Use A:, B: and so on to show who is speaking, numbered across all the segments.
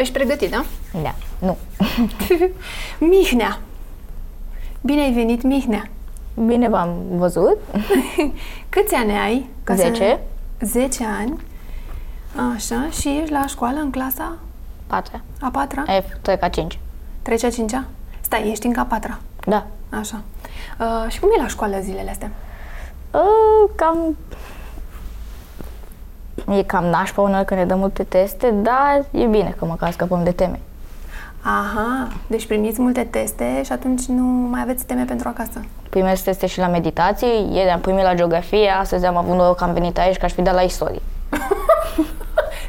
A: Ești pregătit, da?
B: Da, nu.
A: Mihnea. Bine ai venit, Mihnea.
B: Bine v-am văzut.
A: Câți ani ai?
B: Zece.
A: 10 ani. Așa, și ești la școală în clasa
B: 4.
A: a patra?
B: F, treca 5.
A: Treci a cincea? Stai, ești încă a patra.
B: Da.
A: Așa. Uh, și cum e la școală zilele astea?
B: Uh, cam... E cam nașpa uneori când ne dă multe teste, dar e bine că măcar scăpăm de teme.
A: Aha, deci primiți multe teste și atunci nu mai aveți teme pentru acasă.
B: Primesc teste și la meditații, ieri am primit la geografie, astăzi am avut noroc că am venit aici că aș fi dat la istorie.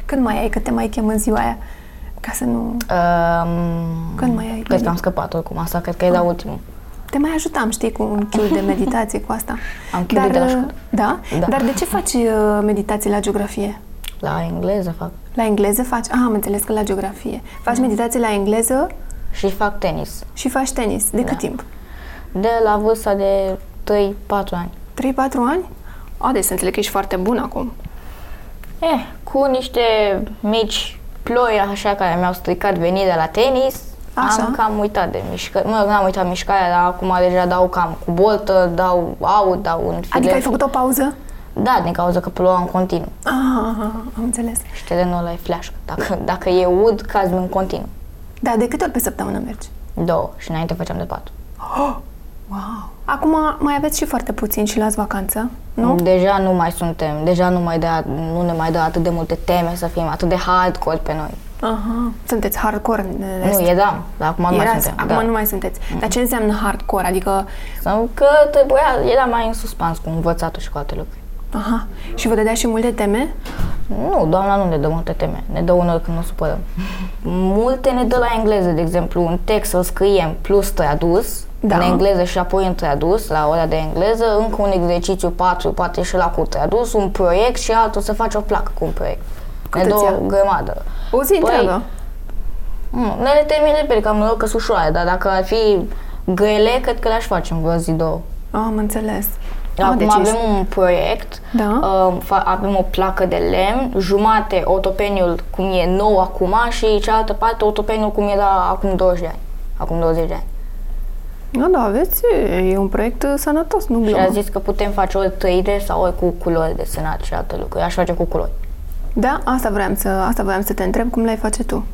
A: Când mai ai, că te mai chem în ziua aia? Ca să nu...
B: Um,
A: Când mai ai?
B: Cred că am scăpat oricum, asta cred că e la ultimul.
A: Te mai ajutam, știi, cu un chiu de meditație, cu asta.
B: Am chiul de la școală.
A: da? da?
B: Da.
A: Dar de ce faci uh, meditații la geografie?
B: La engleză fac.
A: La engleză faci... Ah, am înțeles că la geografie. Faci meditații la engleză
B: Și fac tenis.
A: și faci tenis. De cât
B: Da.
A: timp?
B: De la vârsta de 3-4 ani.
A: 3-4 ani? A, deci să înțeleg că ești foarte bun acum.
B: Eh, cu niște mici ploi așa care mi-au stricat venirea la tenis,
A: Așa.
B: am cam uitat de mișcare. Mă rog, n-am uitat mișcarea, dar acum deja dau cam cu boltă, dau out, dau în file.
A: Adică ai făcut o pauză?
B: Da, din cauza că ploua în continuu
A: Ah, am înțeles.
B: și terenul ăla e flash. Dacă, dacă e ud, caz în continuu.
A: Da, de câte ori pe săptămână mergi?
B: Două și înainte făceam de patru.
A: Wow! Acum mai aveți și foarte puțin și luați vacanță, nu?
B: Deja nu mai suntem, deja nu, mai dă, nu ne mai dă atât de multe teme să fim, atât de hardcore pe noi.
A: Aha. Sunteți hardcore în rest.
B: Nu, eram, dar acum nu mai
A: Erați,
B: suntem.
A: acum
B: da.
A: nu mai sunteți. Dar ce înseamnă hardcore? Adică,
B: Sau că trebuia, era mai în suspans cu învățatul și cu alte lucruri.
A: aha, și vă dădea și multe teme?
B: Nu, doamna nu ne dă multe teme, ne dă unor când nu supărăm. Multe ne dă la engleză, de exemplu, un text să scriem plus tradus,
A: Da.
B: în engleză și apoi în tradus, la ora de engleză, încă un exercițiu 4, poate și la cu tradus, un proiect și altul să faci o placă cu un proiect.
A: Cât
B: ne
A: îți
B: dă
A: ia?
B: o grămadă.
A: O zi
B: Păi,
A: întreagă.
B: Mm, Ne le termin repede, că am noroc că sunt ușoare, dar dacă ar fi grele, cred că le-aș face în vreo zi, două.
A: Am înțeles. Ah,
B: Acum
A: deci
B: avem
A: ești-
B: un proiect,
A: Da.
B: uh, fa- avem o placă de lemn, jumate otopeniul cum e nou acum și cealaltă parte otopeniul cum era acum 20 de ani. Acum 20 de ani.
A: Da, da, aveți, e un proiect uh, sănătos, nu
B: Și a
A: glumă.
B: zis că putem face ori 3D sau ori cu culori desenate și alte lucruri. Eu Aș face cu culori.
A: Da, asta vreau să, asta vreau să te întreb, cum l-ai face tu?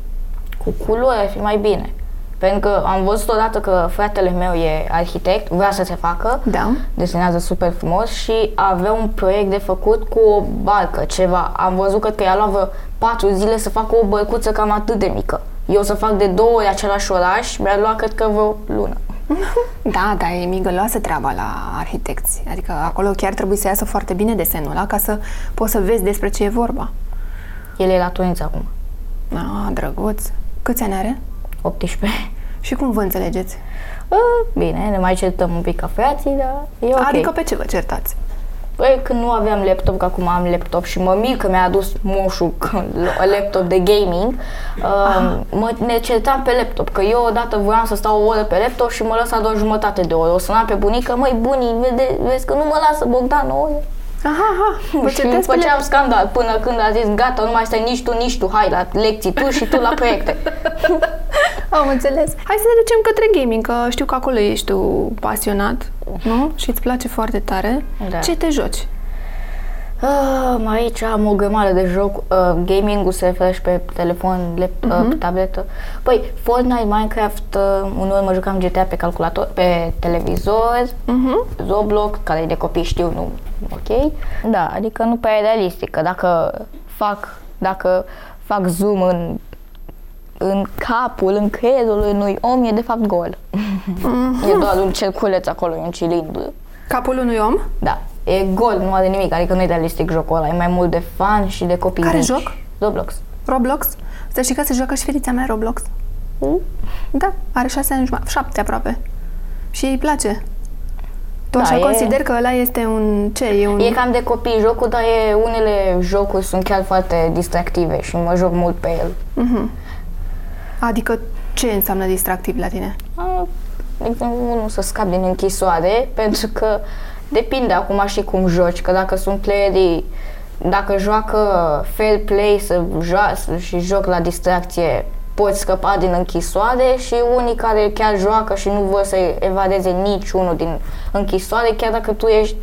B: Cu culori ar fi mai bine. Pentru că am văzut odată că fratele meu e arhitect, vrea să se facă,
A: Da.
B: desenează super frumos și avea un proiect de făcut cu o barcă, ceva. Am văzut cred că i-a luat vreo patru zile să facă o bărcuță cam atât de mică. Eu să fac de două ori același oraș, mi-a luat cred că vreo lună.
A: Da, dar e migăloasă treaba la arhitecți. Adică acolo chiar trebuie să iasă foarte bine desenul ăla ca să poți să vezi despre ce e vorba.
B: El e la Turința acum,
A: Ah, drăguț. Câți ani are?
B: 18.
A: Și cum vă înțelegeți?
B: A, Bine, ne mai certăm un pic ca frații, dar e ok.
A: Adică pe ce vă certați?
B: Păi când nu aveam laptop, că acum am laptop și mă mir că mi-a adus moșul un laptop de gaming, uh, mă, ne certam pe laptop, că eu odată voiam să stau o oră pe laptop și mă lăsa doar jumătate de oră. O sunam pe bunică, măi bunii, vede, vezi că nu mă lasă Bogdan o oră.
A: Aha, aha, vă
B: și
A: certați pe
B: făceam scandal până când a zis gata, nu mai stai nici tu, nici tu, hai la lecții tu și tu la proiecte.
A: Am înțeles. Hai să ne ducem către gaming, că știu că acolo ești tu pasionat, nu? Și îți place foarte tare.
B: Da.
A: Ce te joci?
B: Um, aici am o grămadă de joc. Uh, gaming-ul se referă și pe telefon, lap- uh, pe tabletă. Păi, Fortnite, Minecraft, uh, uneori mă jucam GTA pe calculator, pe televizor, uh-huh. Roblox, care e de copii, știu, nu, ok. Da, adică nu prea e realistic, că dacă fac, dacă fac zoom în în capul, în creierul unui om, e de fapt gol. E doar un cerculeț acolo, un cilindru.
A: Capul unui om?
B: Da, e gol, nu are nimic, adică nu e realistic jocul ăla, e mai mult de fan și de copii.
A: Care
B: mici.
A: joc?
B: Roblox.
A: Roblox? Să știi că se joacă și fetița mea Roblox.
B: Hm?
A: Da, are șase ani jumătate, șapte aproape. Și îi place. Tu
B: Da,
A: așa
B: e-
A: consider că ăla este un... ce? E un...
B: E cam de copii jocul, dar e, unele jocuri sunt chiar foarte distractive și mă joc mult pe el.
A: Adică ce înseamnă distractiv la tine?
B: A, De exemplu, unul să scap din închisoare, pentru că depinde acum și cum joci, că dacă sunt playerii, dacă joacă fair play să joa- și joc la distracție, poți scăpa din închisoare și unii care chiar joacă și nu vor să evadeze niciunul din închisoare, chiar dacă tu ești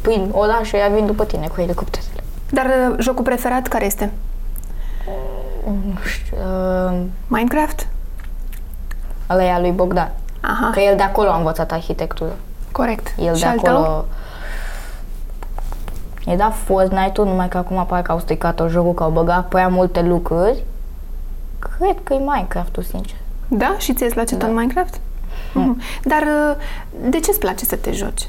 B: prin oraș și vin după tine cu elicopterele.
A: Dar uh, jocul preferat care este?
B: Nu știu, uh,
A: Minecraft?
B: ăla e al lui Bogdan.
A: Aha,
B: Că el de acolo a învățat arhitectură.
A: corect.
B: El
A: și
B: de
A: al
B: acolo...
A: tău?
B: E da Fortnite-ul, numai că acum parcă au stricat-o jocul, că au băgat prea multe lucruri. Cred că e Minecraft-ul, sincer.
A: Da? Și ție îți place tot Minecraft? Mhm. Dar uh, de ce îți place să te joci?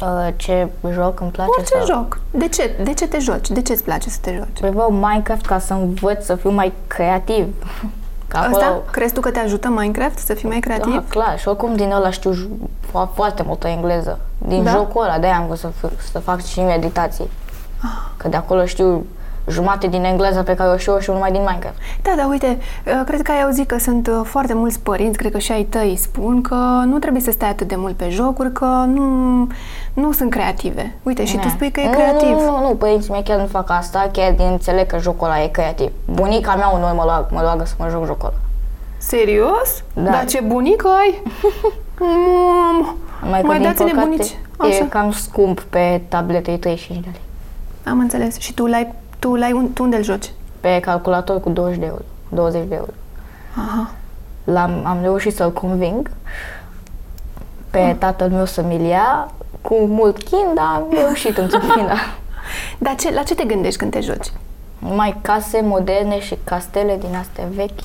B: Uh, ce joc îmi place
A: Orice
B: să...
A: joc. De ce? De ce te joci? De ce îți place să te joci?
B: Vreau Minecraft ca să învăț să fiu mai creativ. Că acolo...
A: Asta? Crezi tu că te ajută Minecraft să fii mai creativ?
B: Da, clar. Și oricum din ăla știu ju- fo- foarte multă engleză. Din
A: Da?
B: jocul ăla, de-aia am vrut să, fiu, să fac și meditații.
A: Ah.
B: Că de acolo știu jumate din engleză pe care o știu eu și numai din Minecraft.
A: Da, dar uite, uh, cred că ai auzit că sunt uh, foarte mulți părinți, cred că și ai tăi spun că nu trebuie să stai atât de mult pe jocuri, că nu, nu sunt creative. Uite, și tu
B: Da.
A: spui că e
B: Nu,
A: creativ.
B: Nu, nu, nu, nu, părinții mei chiar nu fac asta, chiar din înțeleg că jocul ăla e creativ. Bunica mea unor mă, lua, mă roagă să mă joc jocul ăla.
A: Serios?
B: Da.
A: Dar ce bunică ai? Mm. Mamă!
B: că,
A: mai
B: din
A: dați-ne
B: păcate,
A: bunici.
B: E
A: Așa.
B: cam scump pe tabletă, e 35 de lei.
A: Am înțeles. Și tu l-ai, tu l-ai un, tu unde îl joci?
B: Pe calculator cu 20 de euro. 20 de euro.
A: Aha.
B: L-am, am reușit să-l conving pe
A: Ah.
B: tatăl meu să mi-l ia cu mult chin, dar am reușit în final.
A: Dar ce, la ce te gândești când te joci?
B: Numai case moderne și castele din astea vechi.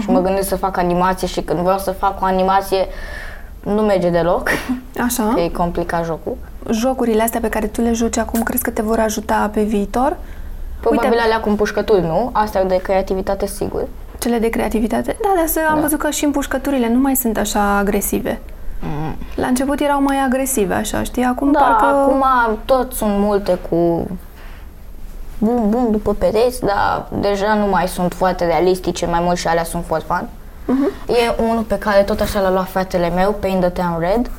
B: Și mă gândesc să fac animație și când vreau să fac o animație nu merge deloc,
A: Așa.
B: că e complicat jocul.
A: Jocurile astea pe care tu le joci acum, crezi că te vor ajuta pe viitor?
B: Probabil
A: Uite.
B: alea cu împușcături, nu? Astea de creativitate, sigur.
A: Cele de creativitate? Da, dar să, am văzut că și împușcăturile nu mai sunt așa agresive. La început erau mai agresive, așa, știi? Acum
B: Mm. Da,
A: parcă...
B: acum tot sunt multe cu bum, bum după pereți, dar deja nu mai sunt foarte realistice, mai mult și alea sunt foarte fan.
A: Mhm.
B: E unul pe care tot așa l-a luat fratele meu, Pain the Town Red.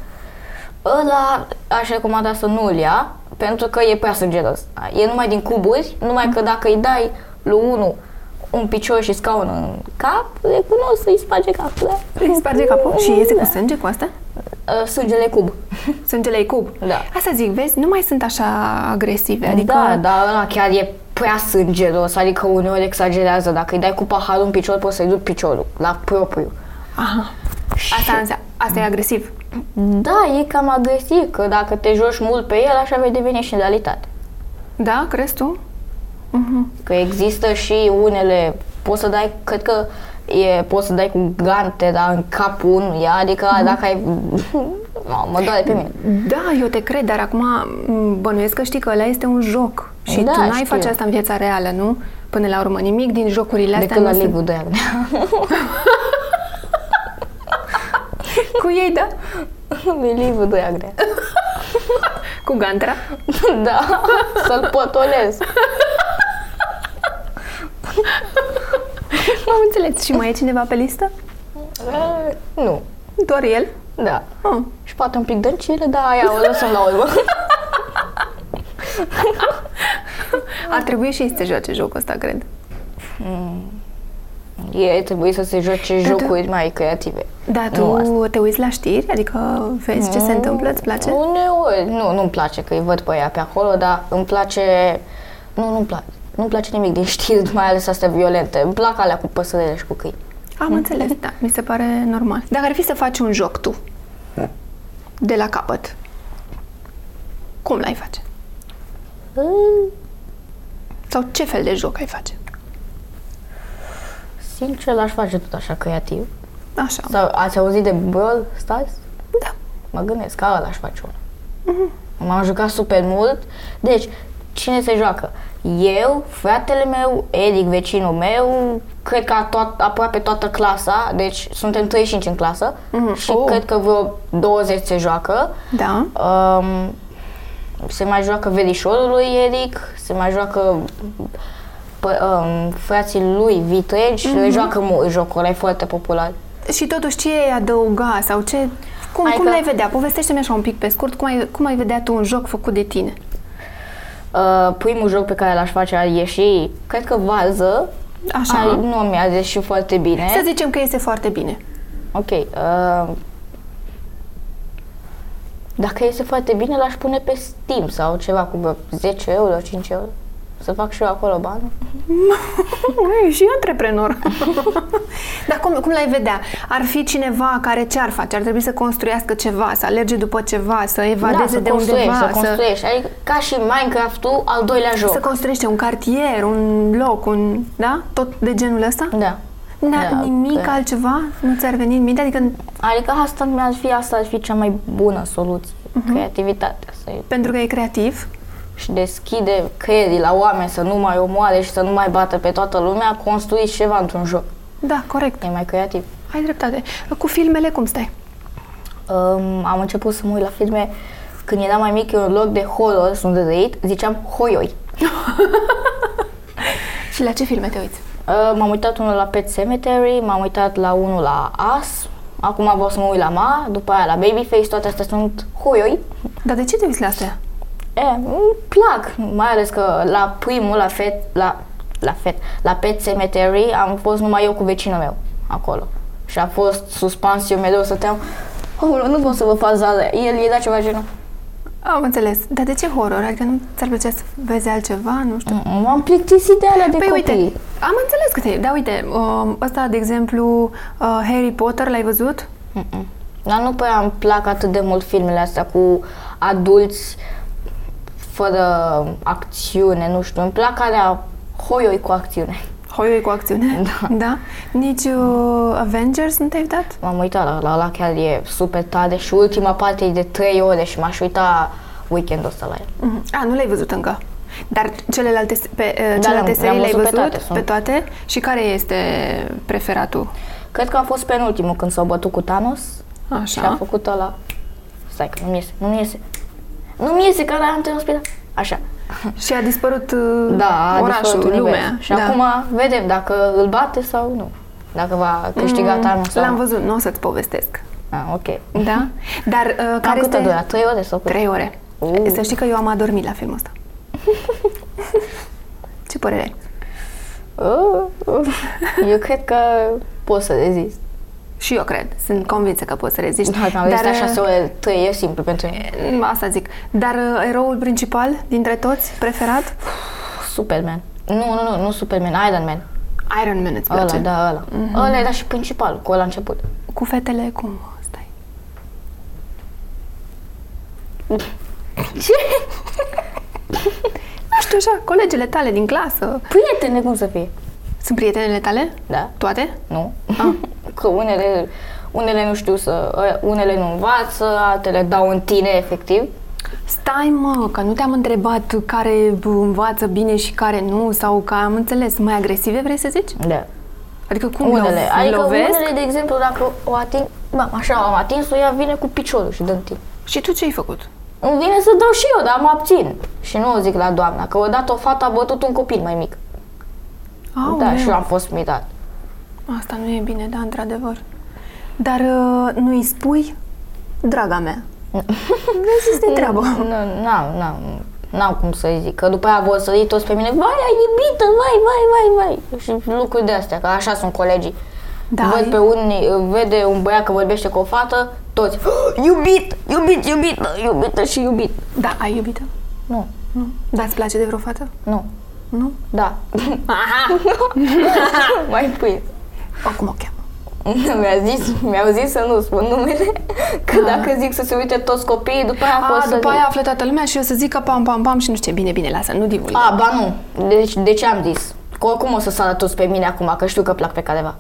B: Ăla aș recomanda să nu-l ia, pentru că e prea sângeros. E numai din cuburi, numai
A: Mhm.
B: că dacă îi dai lui unul un picior și scaun în cap, recunosc, îi sparge capul. da?
A: Îi sparge capul și iese cu sânge cu asta?
B: Uh, Sângele cub.
A: Sângele e cub.
B: Da.
A: Asta zic, vezi, nu mai sunt așa agresive, adică...
B: Da, dar ăla chiar e prea sângeros, adică uneori exagerează. Dacă îi dai cu paharul în picior, poți să-i duci piciorul, la propriu.
A: Aha. Asta, înse- asta e agresiv.
B: Da, e cam agresiv, că dacă te joci mult pe el, așa vei deveni și în realitate.
A: Da, crezi tu?
B: Că există și unele, poți să dai, cred că e, poți să dai cu gante, dar în capul unuia, adică dacă ai... Mamă, mă doare pe mine.
A: Da, eu te cred, dar acum m, bănuiesc că știi că ăla este un joc și
B: Da,
A: tu n-ai
B: știu.
A: face asta în viața reală, nu? Până la urmă, nimic din jocurile astea
B: Decât
A: nu
B: la
A: sunt-
B: Ligu 2
A: Cu ei, da?
B: Ligu 2 Agnea.
A: Cu Gantra.
B: Da, să-l potolesc.
A: Am înțeles. Și mai e cineva pe listă?
B: Eh, Nu,
A: Doar el?
B: da.
A: Ah.
B: Și poate un pic dăncilă, dar aia o lăsăm la urmă.
A: Ar trebui și ei să te joace jocul ăsta, cred.
B: Ei trebuie să se joace
A: Da, da.
B: jocuri mai creative.
A: Da,
B: Nu, asta.
A: tu te uiți la știri? Adică vezi ce se întâmplă? Îți place?
B: Uneori, nu, nu-mi place că îi văd pe ea pe acolo, dar îmi place... Nu, nu-mi place. Nu-mi place nimic din știri, mai ales astea violente. Îmi plac alea cu păsările și cu câini.
A: Am înțeles, da. Mi se pare normal. Dacă ar fi să faci un joc tu, de la capăt, cum l-ai face?
B: Mm,
A: Sau ce fel de joc ai face?
B: Sincer, l-aș face tot așa creativ.
A: Așa.
B: Sau ați auzit de Brawl Stars?
A: Da.
B: Mă gândesc că ăla aș face una. M-am jucat super mult. Deci, cine se joacă? Eu, fratele meu, Eric, vecinul meu, cred că a toat, aproape toată clasa, deci suntem 35 în clasă și
A: Oh.
B: cred că vreo 20 se joacă.
A: Da.
B: Um, se mai joacă verișorul lui Eric, se mai joacă pă, um, frații lui Vitreg și le joacă mult jocul ăla, e foarte popular.
A: Și totuși, ce ai adăuga sau ce... Cum,
B: Hai
A: cum
B: că-
A: l-ai vedea? Povestește-mi așa un pic pe scurt, cum ai, cum ai vedea tu un joc făcut de tine?
B: Uh, primul joc pe care l-aș face ar ieși, cred că vază,
A: Așa.
B: Ai, nu mi-a zis și foarte bine.
A: Să zicem că este foarte bine.
B: Ok. Uh, dacă este foarte bine, l-aș pune pe Steam sau ceva cu vreo 10 euro, 5 euro. Să fac și eu acolo bani.
A: Ei, și antreprenor. Dar cum, cum l-ai vedea? Ar fi cineva care ce ar face? Ar trebui să construiască ceva, să alerge după ceva, să evadeze
B: Da, să
A: de
B: construiești,
A: undeva,
B: să construiești. Adică ca și Minecraft-ul, al doilea joc.
A: să construiește un cartier, un loc, un... Da? Tot de genul ăsta?
B: Da.
A: Da,
B: Da,
A: nimic
B: da.
A: altceva nu ți-ar veni în minte? Adică
B: Adică asta mi-ar fi, asta ar fi cea mai bună soluție.
A: Mhm.
B: Uh-huh. Creativitatea. Să
A: pentru că e creativ?
B: și deschide creierii la oameni să nu mai omoare și să nu mai bată pe toată lumea, construiți ceva într-un joc.
A: Da, corect.
B: E mai creativ.
A: Ai dreptate. Cu filmele cum stai?
B: Um, am început să mă uit la filme când eram mai mic, e un loc de horror, sunt de răit, ziceam hoioi.
A: Și la ce filme te uiți?
B: Uh, m-am uitat unul la Pet Cemetery, m-am uitat la unul la As, acum vreau să mă uit la Ma, după aia la Babyface, toate astea sunt hoioi.
A: Dar de ce te uiți la astea?
B: E, îmi plac, mai ales că la primul, la fet, la, la fet, la Pet Cemetery am fost numai eu cu vecinul meu acolo. Și a fost suspans, eu mereu stăteam, oh, nu pot să vă fac zale. El i-a dat ceva genul.
A: Am înțeles. Dar de ce horror? Adică nu ți-ar plăcea să vezi altceva? Nu știu.
B: "Mm, M-am plictisit de alea de
A: Păi
B: copii.
A: uite, am înțeles că te Dar uite, um, ăsta, de exemplu, uh, Harry Potter, l-ai văzut?
B: Mm-mm. Dar nu prea îmi plac atât de mult filmele astea cu adulți fără acțiune, nu știu, îmi plac alea hoioi cu acțiune.
A: Hoioi cu acțiune. Da. da? Nici uh, Avengers nu te-ai dat?
B: M-am uitat la, la, la chiar e super tare și ultima parte e de 3 ore și m-aș uita weekendul ăsta la el.
A: Mhm. A, nu l-ai văzut încă. Dar celelalte, se- pe, uh, celelalte
B: le-am-
A: serii
B: le-am
A: le-ai
B: Da, văzut
A: văzut?
B: pe toate, sunt.
A: pe toate? Și care este preferatul?
B: Cred că a fost penultimul când s-au bătut cu Thanos și a
A: Așa.
B: făcut ăla... Stai că nu-mi iese, nu-mi iese. Nu-mi iese că am întâi spital. Așa.
A: Și a dispărut uh,
B: Da, a
A: orașul,
B: dispărut univers.
A: lumea.
B: Și
A: da.
B: acum vedem dacă îl bate sau nu. Dacă va câștiga Thanos sau
A: Mm, L-am
B: nu.
A: văzut, nu o să-ți povestesc.
B: Ah, ok.
A: Da? Dar uh,
B: Cam
A: care
B: câte
A: este...
B: dura? 3 ore sau cât?
A: Trei ore.
B: Uh.
A: Să știi că eu am adormit la filmul ăsta. Ce părere ai?
B: Uh, uh. Eu cred că pot să rezist.
A: Și eu cred. Sunt convinsă că poți să reziști.
B: Dacă am rezistat
A: Dar,
B: 6 ore, 3 e simplu pentru mine.
A: uh, Asta zic. Dar uh, eroul principal dintre toți, preferat?
B: Superman. Nu, nu, nu, nu Superman, Iron Man.
A: Iron Man îți
B: Ăla,
A: place.
B: da, ăla.
A: Mhm.
B: Mm-hmm. Ăla era și principal, cu ăla a început.
A: Cu fetele, cum stai?
B: Ce?
A: Nu știu așa, colegele tale din clasă.
B: Prietene, cum să fie?
A: Sunt prietenele tale?
B: Da?
A: Toate?
B: Nu?
A: Ah.
B: Că unele, unele nu știu să... ă, Unele nu învață, altele dau în tine, efectiv.
A: Stai mă, că nu te-am întrebat care învață bine și care nu sau că am înțeles, mai agresive vrei să zici?
B: Da.
A: Adică cum
B: Unele.
A: lo-
B: Adică
A: lovesc?
B: unele, de exemplu, dacă o ating... Bă, așa, am atins-o, ea vine cu piciorul și dă în tine.
A: Și tu ce ai făcut?
B: Îmi vine să dau și eu, dar mă abțin. Și nu o zic la doamna, că odată o fată a bătut un copil mai mic. da,
A: Aoleu.
B: și eu am fost mirat.
A: Asta nu e bine, da, într-adăvăr. Dar uh, nu îi spui, draga mea. Vezi, este treabă.
B: Nu, n-am, n-am, n-am cum să-i zic. Că după aia vor să zic toți pe mine, vai, ai iubită, vai, vai, vai, vai. Și lucruri de astea, că așa sunt colegii.
A: Da,
B: Văd
A: e-
B: pe unii, vede un băiat că vorbește cu o fată, toți, "Ah, iubit, iubit, iubită, iubită și iubit.
A: Da, ai iubită?
B: Nu,
A: Nu. Dar îți place de vreo fată?
B: nu,
A: Nu?
B: da. Mai pui.
A: O, cum o cheamă?
B: Mi-a zis, mi-au zis să nu spun numele, că dacă zic să se uite toți copiii, după aia pot
A: A,
B: să
A: Ah. după
B: zic.
A: aia află toată lumea și eu să zic că pam, pam, pam și nu știu ce. Bine, bine, lasă, nu divulgă.
B: A, ba nu. Deci, de ce am zis? Că oricum o să sară toți pe mine acum, că știu că plac pe careva.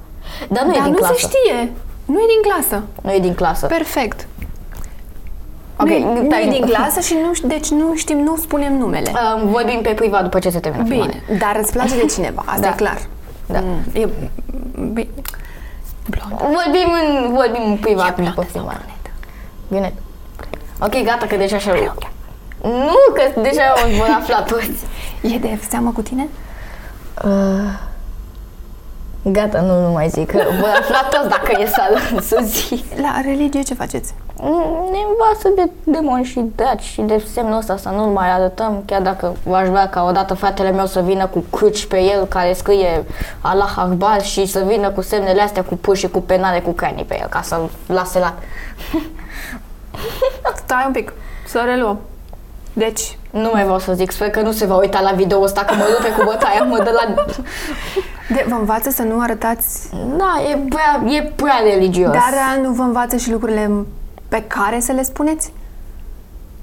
B: Dar nu e
A: Dar
B: din
A: nu
B: clasă.
A: se știe. Nu e din clasă.
B: Nu e din clasă.
A: Perfect.
B: Ok,
A: nu e, nu
B: stai.
A: e din Ah, clasă și nu, ș- deci nu știm, nu spunem numele.
B: Um, vorbim pe privat după ce se termină filmarea.
A: Bine, dar îți place de cineva, asta
B: Da.
A: e clar.
B: Da.
A: Mm, e, bine. Blond.
B: Vorbim în, vorbim în privat după filmare. Bine. Ok, gata, că deja așa... Nu, că deja o vor afla toți.
A: E de seamă cu tine?
B: Uh, Gata, nu, nu mai zic. Voi afla toți dacă e sală în Suzi.
A: La religie ce faceți?
B: Ne învață de demoni și daci și de semnul ăsta să nu-l mai arătăm, chiar dacă aș vrea ca odată fratele meu să vină cu câci pe el care scrie Allah Akbar și să vină cu semnele astea cu puși și cu penale cu canii pe el ca să-l lase la...
A: Da, Stai un pic, să reluăm. Deci,
B: Nu mai vreau să zic, sper că nu se va uita la video ăsta că mă rupe cu bătaia, mă dă la...
A: de, vă învață să nu arătați,
B: Da, e prea, e prea religios.
A: dar uh, nu vă învață și lucrurile pe care să le spuneți?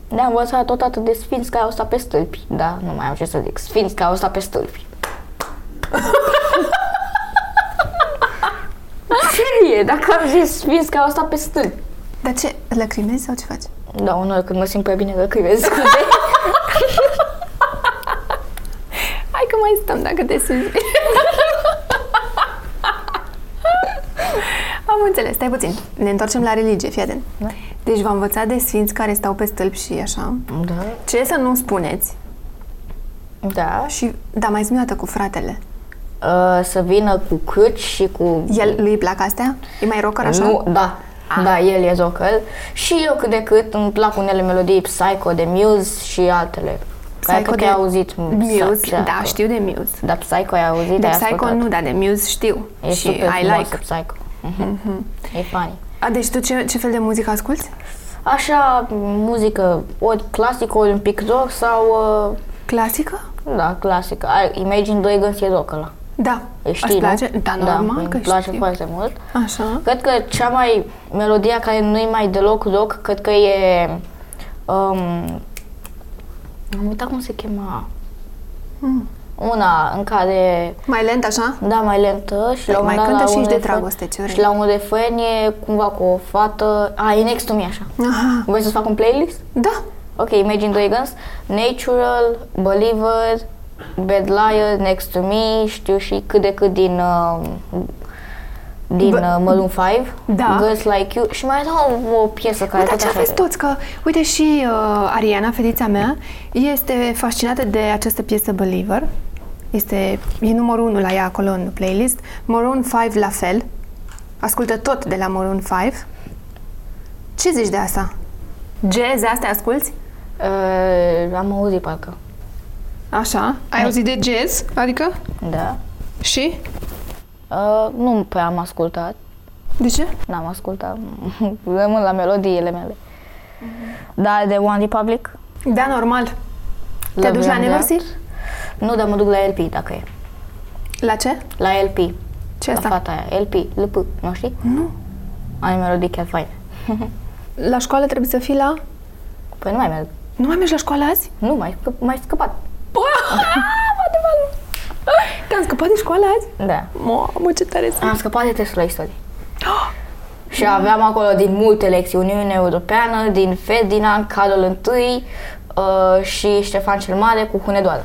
B: Ne-a învățat tot atât de sfinți care au stat pe stâlpi. Da, nu mai am ce să zic. Sfinți care au stat pe stâlpi. Serie, dacă am zis sfinți care au stat pe stâlpi.
A: Dar ce, lăcrimezi sau ce faci?
B: Da, unor când mă simt prea bine răcrivez. scuze.
A: Hai că mai stăm dacă te simți bine. Am înțeles, stai puțin. Ne întoarcem la religie, fii atent.
B: Da.
A: Deci v-am învățat de sfinți care stau pe stâlpi și așa.
B: da,
A: Ce să nu spuneți?
B: da.
A: Și, da, mai zi o dată cu fratele.
B: Uh, să vină cu câci și cu...
A: El, lui îi plac astea? E mai rocker așa? Ah.
B: Nu, da. Da, el e zocăl. Și eu cât de cât îmi plac unele melodii Psycho de Muse și altele. Care
A: Psycho
B: cred că ai auzit
A: Muse,
B: Psy-
A: da, știu de Muse.
B: Da, Psycho ai auzit,
A: De
B: ai
A: Psycho
B: Exact. ascultat.
A: nu, dar de Muse știu.
B: E
A: și
B: super
A: I
B: frumos,
A: like.
B: Psycho.
A: Mhm.
B: Mm-hmm. E funny.
A: A, deci tu ce, ce fel de muzică asculti?
B: Așa, muzică, ori clasică, ori un pic rock sau... Uh,
A: Clasică?
B: da, clasică. Ai- Imagine Dragons e rock ăla.
A: Da.
B: Îi
A: Îți
B: știi, nu?
A: place? Da, normal
B: îmi
A: că
B: place
A: știu.
B: foarte mult.
A: Așa.
B: Cred că cea mai... Melodia care nu e mai deloc rock, cred că e... Um, am uitat cum se chema.
A: Hmm.
B: Una în care
A: Mai lent așa?
B: Da, mai lentă și la un
A: mai
B: moment
A: cântă
B: dat la
A: și
B: un
A: ești de
B: refren-
A: dragoste, ce vrei.
B: Și la un refren e cumva cu o fată... A, e next to me, așa.
A: Aha.
B: Vrei să-ți fac un playlist?
A: Da.
B: Ok, Imagine Dragons, Natural, Believer, Bad Liar, Next to Me, știu și cât de cât din... Uh, din
A: Bă-
B: uh, Maroon 5,
A: Da.
B: Girls Like You și mai era o, o piesă care
A: Dar
B: tot
A: ce
B: așa
A: aveți toți? Că, uite, și uh, Ariana, fetița mea, este fascinată de această piesă Believer. Este, e numărul 1 la ea acolo în playlist. Maroon 5 la fel. Ascultă tot de la Maroon 5. Ce zici de asta? Jazz, astea asculți?
B: Uh, am auzit parcă,
A: Așa. Ai auzit de jazz? Adică?
B: da.
A: Și?
B: Uh, nu prea am ascultat,
A: De ce?
B: n-am ascultat, rămân la melodiile mele. Dar de One Republic?
A: Da, normal. Te
B: Love
A: duci la
B: and
A: Nenorsi?
B: Death? Nu, dar mă duc la LP dacă e.
A: La ce?
B: La LP.
A: Ce
B: La
A: asta?
B: fata aia, LP, LP, nu știi? Nu. Are melodii chiar faine.
A: La școală trebuie să fii la...
B: Păi nu mai merg.
A: Nu mai mergi la școală azi?
B: Nu, mai, scăp- mai scăpat.
A: Te-am scăpat de școală azi?
B: Da.
A: Mamă, ce tare sunt.
B: Am scăpat de testul la istorie. Și
A: Ah.
B: aveam acolo din multe lecțiuni, Uniunea Europeană, din Ferdinand, Carol I uh, și Ștefan cel Mare cu Hunedoara.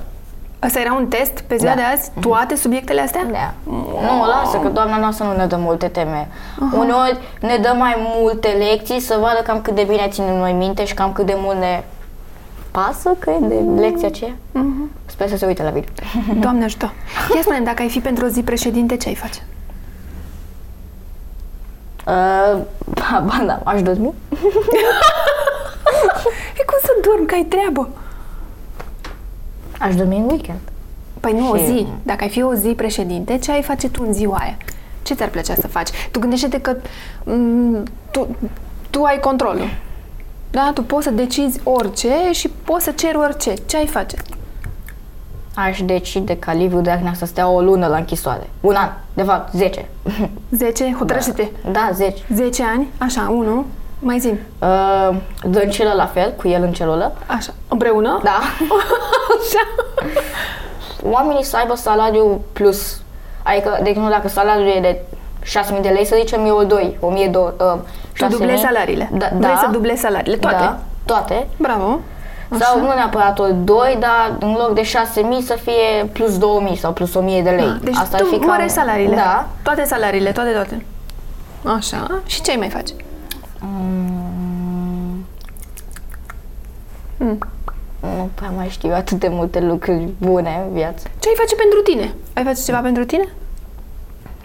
A: Asta era un test pe ziua
B: Da.
A: de azi? Toate subiectele astea?
B: Da. Nu, lasă că doamna noastră nu ne dă multe teme. Uh-huh. Uneori ne dă mai multe lecții să vadă cam cât de bine ținem noi minte și cam cât de mult ne pasă, cred, de lecția aceea. Uh-huh. Sper să se uite la video.
A: Doamne ajută! Ia spune dacă ai fi pentru o zi președinte, ce ai face?
B: Uh, ba, da, aș dormi.
A: E cum să dorm, că ai treabă?
B: Aș dormi în weekend.
A: Păi nu, o
B: Și-
A: zi. Dacă ai fi o zi președinte, ce ai face tu în ziua aia? Ce ți-ar plăcea să faci? Tu gândește-te că m, tu, tu ai controlul. Da? Tu poți să decizi orice și poți să ceri orice. Ce ai face?
B: Aș decide ca Liviu Dragnea să stea o lună la închisoare. Un an, de fapt, 10.
A: 10? Hotărăște-te.
B: Da, 10.
A: 10 ani? Așa, 1. Mai zi.
B: Uh, Dăncilă la fel, cu el în celulă.
A: Așa. Împreună?
B: Da.
A: Așa.
B: Oamenii să aibă salariu plus. Adică, de exemplu, dacă salariul e de 6.000 de lei, să zicem eu 2, 1.000, uh,
A: Tu
B: 6.000.
A: dublezi salariile.
B: Da, da.
A: Vrei să dublezi salariile. Toate.
B: Da, toate.
A: Bravo.
B: Sau nu neapărat o 2, dar în loc de 6.000 să fie plus 2.000 sau plus 1.000 de lei.
A: Deci
B: Asta
A: Asta
B: ar
A: tu
B: fi cam-
A: mărești salariile.
B: Da.
A: Toate salariile, toate, toate. Așa. Și ce ai mai face? Mm.
B: Mm. Nu prea mai știu atât de multe lucruri bune în viață.
A: Ce ai face pentru tine? Ai face ceva pentru tine?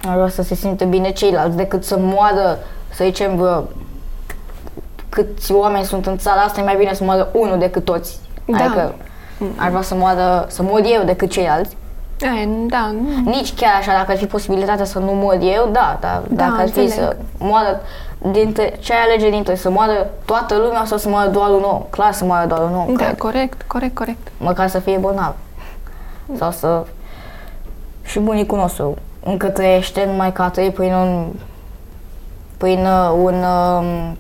B: Ar vrea să se simtă bine ceilalți decât să moară, să zicem, bă, câți oameni sunt în țara asta, e mai bine să moară unul decât toți.
A: Da.
B: Adică ar vrea să moară, să mor eu decât ceilalți.
A: E, da, nu.
B: Nici chiar așa, dacă ar fi posibilitatea să nu mor eu, da, dar dacă ar fi
A: înțeleg.
B: să moară dintre, ce ai alege dintre să moară toată lumea sau să moară doar un om? Clar să moară doar un om,
A: da,
B: cred.
A: corect, corect, corect.
B: măcar să fie bolnav. Sau să... Și bunicul nostru încă trăiește numai că a trăit prin un, prin uh, un um,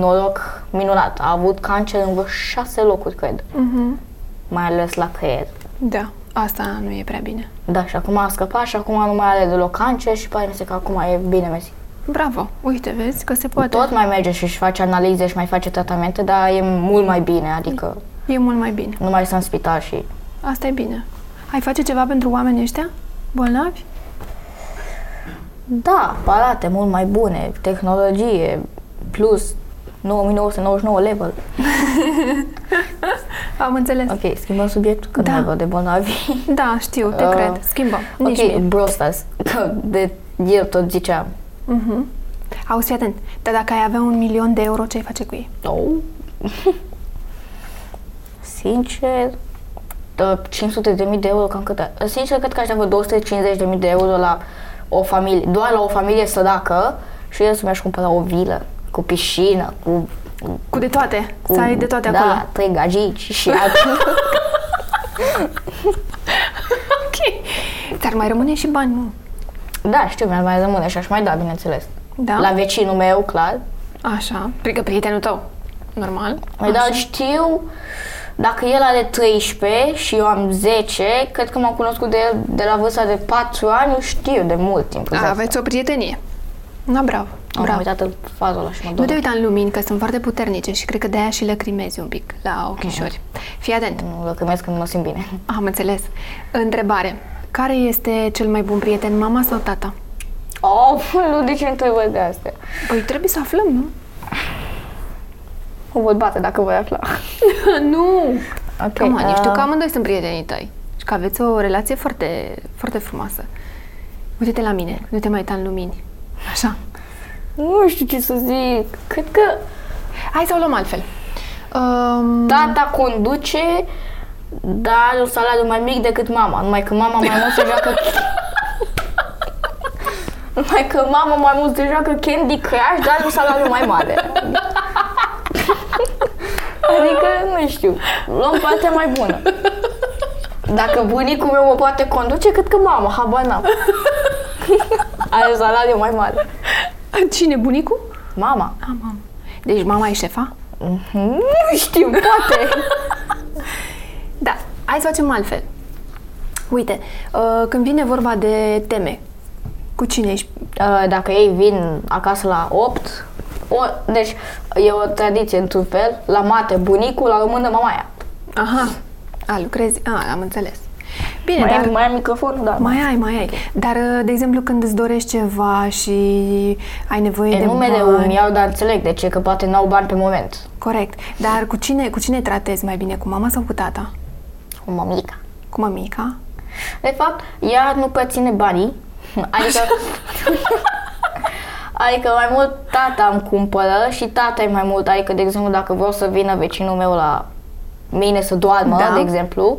B: noroc minunat. A avut cancer în vreo șase locuri, cred.
A: Mhm.
B: Mai ales la creier.
A: Da, asta nu e prea bine.
B: Da, și acum a scăpat și acum nu mai are deloc cancer și pare mi se că acum e bine mersi.
A: Bravo, uite, vezi că se poate.
B: Tot mai merge și își face analize și mai face tratamente, dar e mult mai bine, adică
A: E mult mai bine.
B: nu mai sunt în spital și
A: Asta e bine. Ai face ceva pentru oamenii ăștia bolnavi?
B: Da, aparate mult mai bune, tehnologie, plus 9999 level.
A: Am înțeles.
B: Ok, schimbăm subiectul, că
A: Da.
B: nu mai văd de bolnavi.
A: Da, știu, te
B: Ah.
A: cred. Schimbăm. Nici
B: ok,
A: mie.
B: Brawl Stars, că de el tot ziceam.
A: Auzi, fii atent. Dar dacă ai avea un milion de euro, ce ai face cu ei?
B: Oh. Sincer, dă 500 de mii de euro, cam cât a- Sincer, cred că aș da vreo 250 de mii de euro la o familie, doar la o familie săracă și eu să mi-aș cumpăra o vilă cu piscină, cu
A: Cu de toate. Să ai de toate
B: da,
A: acolo.
B: trei gagici și altele.
A: Ok. Ți-ar mai rămâne și bani, nu?
B: Da, știu, mi-ar mai rămâne și aș mai da, bineînțeles.
A: Da?
B: La vecinul meu, clar.
A: Așa. Adică prietenul tău. Normal.
B: Păi, Dar știu, dacă el are 13 și eu am 10, cred că m-am cunoscut de el de la vârsta de 4 ani, eu știu de mult timp.
A: A, Da, aveți o prietenie. Na, Ah, bravo.
B: exact. Am
A: bravo.
B: uitat în fazul ăla și mă
A: Nu te
B: doare.
A: uita în lumini, că sunt foarte puternice și cred că de-aia și lacrimezi un pic la ochișori. Fii atent.
B: Nu lăcrimesc când mă simt bine.
A: Am înțeles. Întrebare. Care este cel mai bun prieten, mama sau tata?
B: Oh, nu, de ce întrebări de astea?
A: Păi trebuie să aflăm, nu?
B: O voi bate dacă voi afla.
A: nu!
B: Ok,
A: Come on, eu știu
B: uh,
A: că amândoi sunt prietenii tăi și că aveți o relație foarte, foarte frumoasă. Uite-te la mine, nu te mai uita în lumini. Așa.
B: Nu știu ce să zic. Cred că
A: Hai să o luăm altfel. Um,
B: tata conduce, dar are un salariu mai mic decât mama. Numai că mama mai mult se joacă... Numai că mama mai mult se joacă Candy Crush, dar are un salariu mai mare. Adică, nu știu, luăm partea mai bună. Dacă bunicul meu mă poate conduce, cât că mama, habar n-am. Are salariu mai mare.
A: Cine, bunicul?
B: Mama?
A: Ah, mamă. Deci mama e șefa?
B: Nu știu, poate.
A: Da, hai să facem altfel. Uite, uh, când vine vorba de teme, cu cine ești?
B: Uh, dacă ei vin acasă la 8, o, deci e o tradiție într-un fel, la mate bunicul, la română mamaia.
A: Aha, a, lucrezi? A, am înțeles. Bine,
B: Mai,
A: dar...
B: ai, mai ai microfonul, da.
A: Mai ai, mai ai. Dar, uh, de exemplu, când îți dorești ceva și ai nevoie
B: E
A: de
B: numele
A: bani,
B: îmi iau, dar înțeleg de ce, că poate n-au bani pe moment.
A: Corect. Dar cu cine, cu cine tratezi mai bine? Cu mama sau cu tata?
B: O mămica.
A: Cu mămica?
B: De fapt, ea nu prea ține banii, adică... adică mai mult tata îmi cumpără și tata e mai mult, adică, de exemplu, dacă vreau să vină vecinul meu la mine să doarmă,
A: Da.
B: da. de exemplu,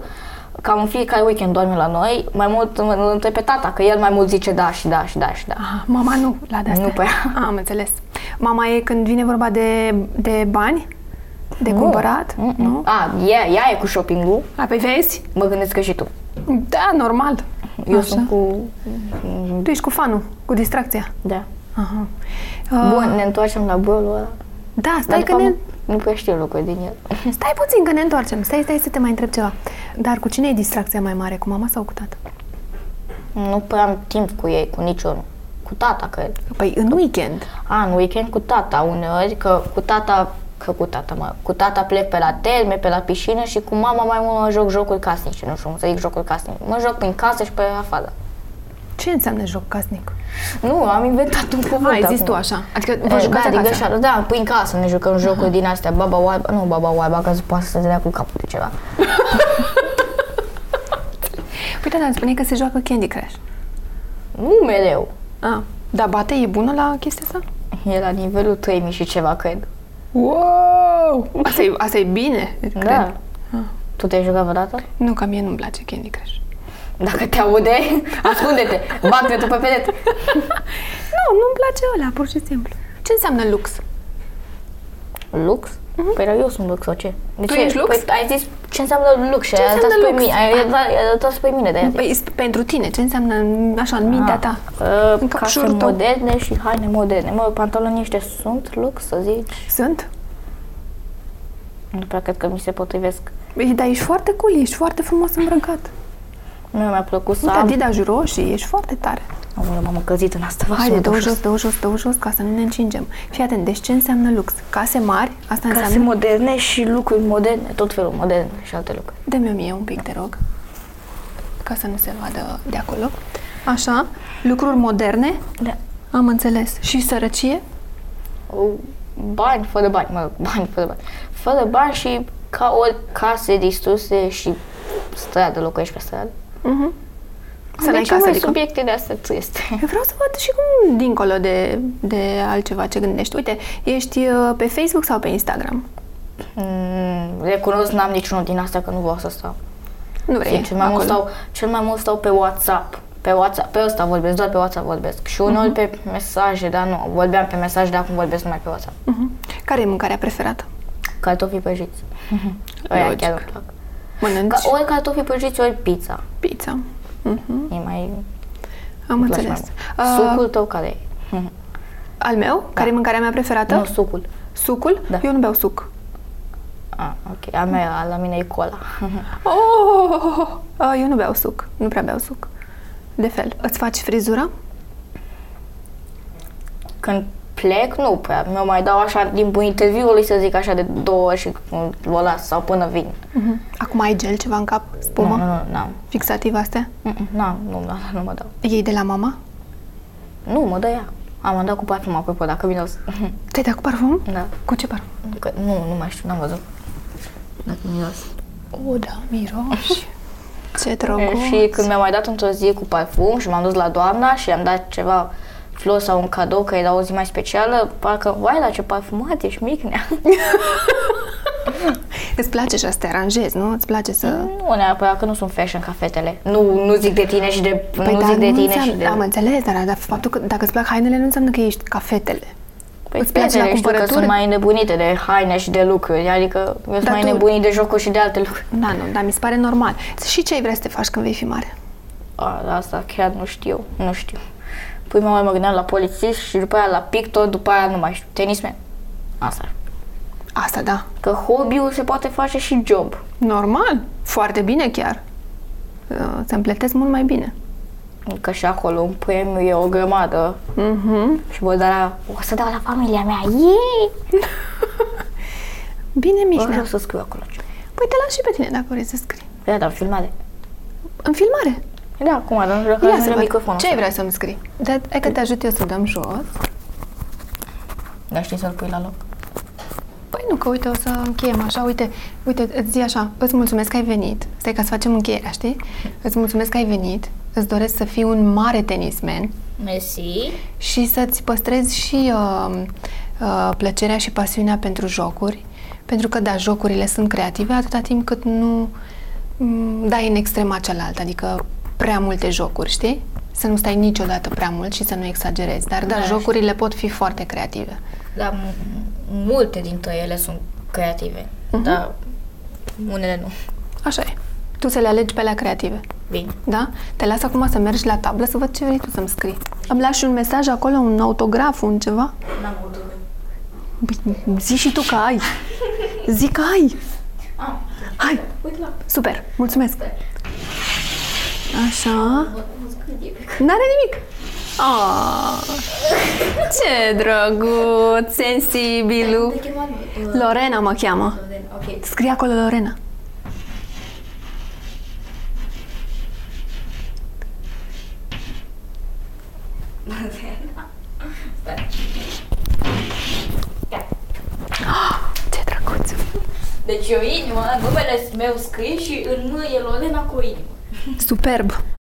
B: cam în fiecare weekend doarme la noi, mai mult îl îl întreb pe tata, că el mai mult zice da și da și da și da.
A: Ah, mama nu, la de
B: Nu pe ea.
A: Am înțeles. Mama e când vine vorba de, de bani? De cumpărat? Nu?
B: A, ea, ea e cu shopping-ul,
A: A, păi vezi?
B: mă gândesc că și tu.
A: Da, normal.
B: Eu sunt cu...
A: Tu ești cu fanul, cu distracția.
B: Da.
A: Aha. Uh,
B: Bun, ne întoarcem la bolul ăla.
A: Da,
B: Dar
A: stai
B: de
A: că ne...
B: fapt nu prea știu lucruri din el.
A: Stai puțin că ne întoarcem. Stai, stai să te mai întreb ceva. Dar cu cine e distracția mai mare? Cu mama sau cu tata?
B: Nu prea am timp cu ei, cu niciunul. Cu tata, cred.
A: Păi în weekend.
B: A, în weekend cu tata uneori, că cu tata, că cu tata, mă, cu tata plec pe la terme, pe la piscină și cu mama mai mult mă joc jocuri casnice, nu știu cum să zic jocuri casnice. Mă joc prin casă și pe afară.
A: Ce înseamnă joc casnic?
B: Nu, am inventat un cuvânt
A: A, ai zis
B: acum.
A: tu așa. Adică vă
B: Da, Eh,
A: jucați
B: da,
A: acasă.
B: adică așa, da, prin casă ne jucăm jocuri din astea, baba oaiba, nu baba oaiba, că se poate să te dea cu capul de ceva.
A: Păi da, dar îmi spune că se joacă Candy Crush.
B: Nu mereu.
A: Ah, dar bate e bună la chestia asta?
B: E la nivelul 3000 și ceva, cred.
A: Wow! Asta e, asta e bine, cred.
B: Da. Tu te-ai jucat vreodată?
A: Nu, că mie nu-mi place Candy Crush.
B: Dacă te aude, ascunde-te! Bag-te tu pe perete!
A: Nu, nu-mi place ăla, pur și simplu. Ce înseamnă lux?
B: Lux? Păi dar eu sunt lux sau ce? De
A: Mhm. Tu
B: ce?
A: ești lux?
B: Păi ai zis ce înseamnă lux și ai
A: înseamnă
B: dat pe
A: lux?
B: mine. Ai dat- ai dat pe mine de aia.
A: Păi, sp- pentru tine, ce înseamnă în- așa în mintea ta?
B: Uh,
A: În
B: case
A: capșorul tău.
B: moderne și haine moderne. Mă, pantalonii ăștia sunt lux, să zici?
A: Sunt?
B: Nu prea cred că mi se potrivesc.
A: Ei, Păi, Dar ești foarte cool, ești foarte frumos îmbrăcat.
B: Nu mi-a plăcut să
A: Sunt
B: am...
A: adidas roșii, ești foarte tare.
B: Aoleu, m-am încălzit în asta.
A: Haide,
B: sunt
A: dă
B: ușor.
A: jos, dă jos, dă jos, ca să nu ne încingem. Fii atent, deci ce înseamnă lux? Case mari, asta
B: Case
A: înseamnă...
B: moderne și lucruri moderne, tot felul moderne și alte lucruri.
A: Dă-mi o mie un pic, te rog, ca să nu se vadă de acolo. Așa, lucruri moderne,
B: Da.
A: am înțeles. Și sărăcie?
B: Bani fără bani, mă rog, bani fără bani. Fără bani și ca ori case distruse și stradă, locuiești pe stradă.
A: Să n-ai
B: deci
A: casă,
B: mai
A: adică.
B: subiecte de astea triste.
A: Eu vreau să văd și cum dincolo de, de altceva ce gândești. Uite, ești uh, pe Facebook sau pe Instagram?
B: Mm, recunosc, n-am niciunul din astea că nu vreau să stau.
A: Nu vrei
B: Ei, cel, mai mult stau cel mai mult stau pe WhatsApp. Pe WhatsApp, pe ăsta vorbesc, doar pe WhatsApp vorbesc. Și uneori pe mesaje, dar nu, vorbeam pe mesaj, dar acum vorbesc numai pe WhatsApp.
A: Mhm. Care e mâncarea preferată?
B: Cartofii prăjiți. Aia
A: Logic.
B: chiar îmi plac.
A: Mănânci
B: Ca, ori cartofii prăjiți, ori pizza.
A: pizza. Mhm.
B: E mai...
A: Am
B: îmi place
A: înțeles.
B: mai mult.
A: Uh,
B: Sucul tău care e?
A: Al meu? Care e mâncarea mea preferată?
B: Nu, sucul.
A: Sucul?
B: Da.
A: Eu nu beau suc.
B: Ah, ok. A mea, la mine e cola.
A: Oh, eu nu beau suc. Nu prea beau suc. De fel. Îți faci frizura?
B: Când plec, nu prea. Mi-o mai dau așa, din timpul interviului, să zic așa, de două ori și mm, o las sau până vin.
A: Mhm. Acum ai gel ceva în cap?
B: Nu,
A: Spumă?
B: nu, nu, n-am.
A: Fixativ astea?
B: Mm, mm, N-am, nu, nu, nu mă dau.
A: Ei de la mama?
B: Nu, mă dă ea. Am am dat cu parfum apropo, dacă bine o să...
A: Te-ai dat cu parfum?
B: Da.
A: Cu ce parfum?
B: Că, nu, nu mai știu, n-am văzut. Dacă miros.
A: O, da, miroși. Ce drăguț.
B: Și când mi-a mai dat într-o zi cu parfum și m-am dus la doamna și i-am dat ceva flos sau un cadou, că era o zi mai specială, parcă, vai, la ce parfumat ești, micnea.
A: Îți place așa să te aranjezi, nu? Îți place să...
B: nu neapărat că nu sunt fashion ca fetele. Nu, nu zic de tine și de... nu
A: dar
B: zic de
A: Păi da, nu
B: tine
A: înseamnă,
B: și de...
A: Am înțeles, dar, dar faptul că dacă îți plac hainele nu înseamnă că ești ca fetele.
B: Păi
A: Îți place
B: fetele
A: la
B: știu că
A: cumpărături?
B: sunt mai nebunite de haine și de lucruri, adică eu sunt
A: Dar
B: mai
A: tu-
B: nebunit de jocuri și de alte lucruri.
A: Da, nu, dar mi se pare normal. Și ce ai vrea să te faci când vei fi mare?
B: A, la asta chiar nu știu, nu știu. Păi mă mai mă gândeam la polițist și după aia la pictor, după aia nu mai știu, tenismen. Asta.
A: Asta, da.
B: Că hobby-ul se poate face și job.
A: Normal. Foarte bine chiar. Uh, Să împletezi mult mai bine.
B: Că și acolo un premiu e o grămadă.
A: Mhm.
B: Și voi da la, o să dau la familia mea, Iei!
A: Bine,
B: Nu
A: Mihnea.
B: vreau să scriu acolo ceva.
A: Păi te las și pe tine dacă vrei să scrii.
B: Da, dar filmare.
A: În filmare.
B: Da, acum, dar nu vreau
A: Ia
B: că
A: să
B: nu
A: văd.
B: microfonul.
A: Ce ai vrea să-mi scrii? Da, hai că te ajut eu să dăm jos.
B: Dar știi să-l pui la loc?
A: Păi nu, că uite, o să încheiem așa, uite, uite, îți zi așa, îți mulțumesc că ai venit, stai ca să facem încheierea, știi? Îți mulțumesc că ai venit, îți doresc să fii un mare tenisman
B: Mersi.
A: și să-ți păstrezi și uh, uh, plăcerea și pasiunea pentru jocuri, pentru că, da, jocurile sunt creative atâta timp cât nu mm, dai în extrema cealaltă, adică prea multe jocuri, știi? Să nu stai niciodată prea mult și să nu exagerezi, dar, da,
B: Da, știu.
A: jocurile pot fi foarte creative.
B: Dar multe dintre ele sunt creative, uh-huh. dar unele nu.
A: Așa e. Tu să le alegi pe alea creative.
B: Bine.
A: Da? Te las acum să mergi la tablă să văd ce vrei tu să-mi scrii. Îmi lași un mesaj acolo, un autograf, un ceva?
B: N-am autograf.
A: Băi, Păi, zi și tu că ai. Zi că ai.
B: Am.
A: Hai.
B: Uite la
A: Super. Mulțumesc. Așa. N-are nimic. Oh, ce drăguț, sensibilul. Lorena mă cheamă.
B: Ok.
A: Scrie acolo Lorena. Ce drăguț.
B: Deci eu inimă, numele meu scris și în mână e Lorena cu o inimă.
A: Superb.